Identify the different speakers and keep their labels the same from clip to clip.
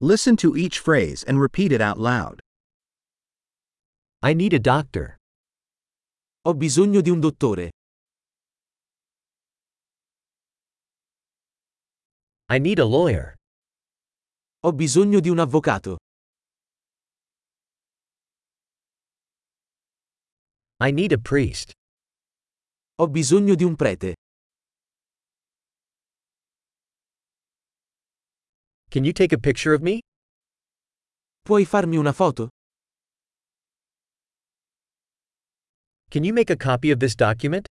Speaker 1: Listen to each phrase and repeat it out loud.
Speaker 2: I need a doctor. Ho bisogno di un dottore. I need a lawyer. Ho bisogno di un avvocato. I need a priest. Ho bisogno di un prete. Can you take a picture of me? Puoi farmi una foto? Can you make a copy of this document?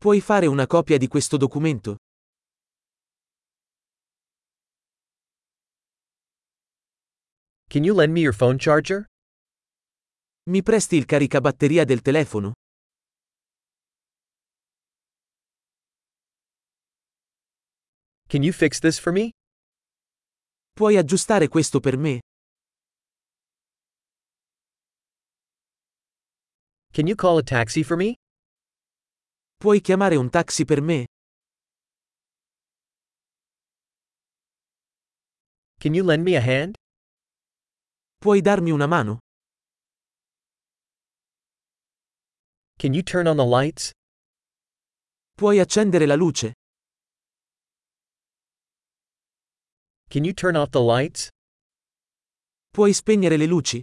Speaker 2: Puoi fare una copia di questo documento? Can you lend me your phone charger? Mi presti il caricabatteria del telefono? Can you fix this for me? Puoi aggiustare questo per me? Can you call a taxi for me? Puoi chiamare un taxi per me? Can you lend me a hand? Puoi darmi una mano? Can you turn on the lights? Puoi accendere la luce? Can you turn off the lights? Puoi spegnere le luci?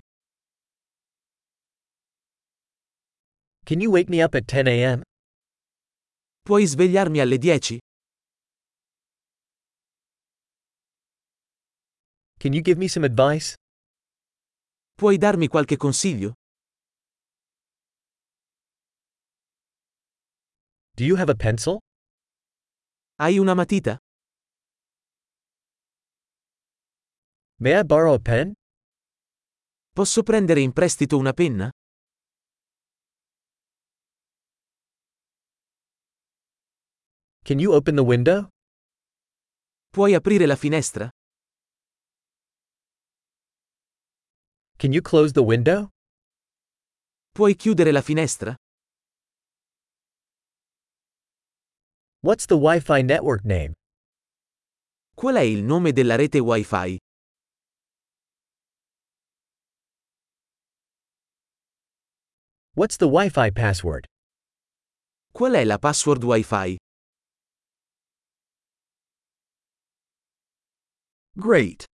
Speaker 2: Can you wake me up at 10 a.m.? Puoi svegliarmi alle 10? Can you give me some advice? Puoi darmi qualche consiglio? Do you have a pencil? Hai una matita? May I borrow a pen? Posso prendere in prestito una penna? Can you open the window? Puoi aprire la finestra? Can you close the window? Puoi chiudere la finestra? What's the Wi-Fi network name? Qual è il nome della rete Wi-Fi? What's the Wi-Fi password? Qual è la password Wi-Fi?
Speaker 1: Great!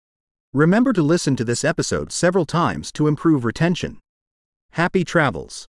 Speaker 1: Remember to listen to this episode several times to improve retention. Happy travels!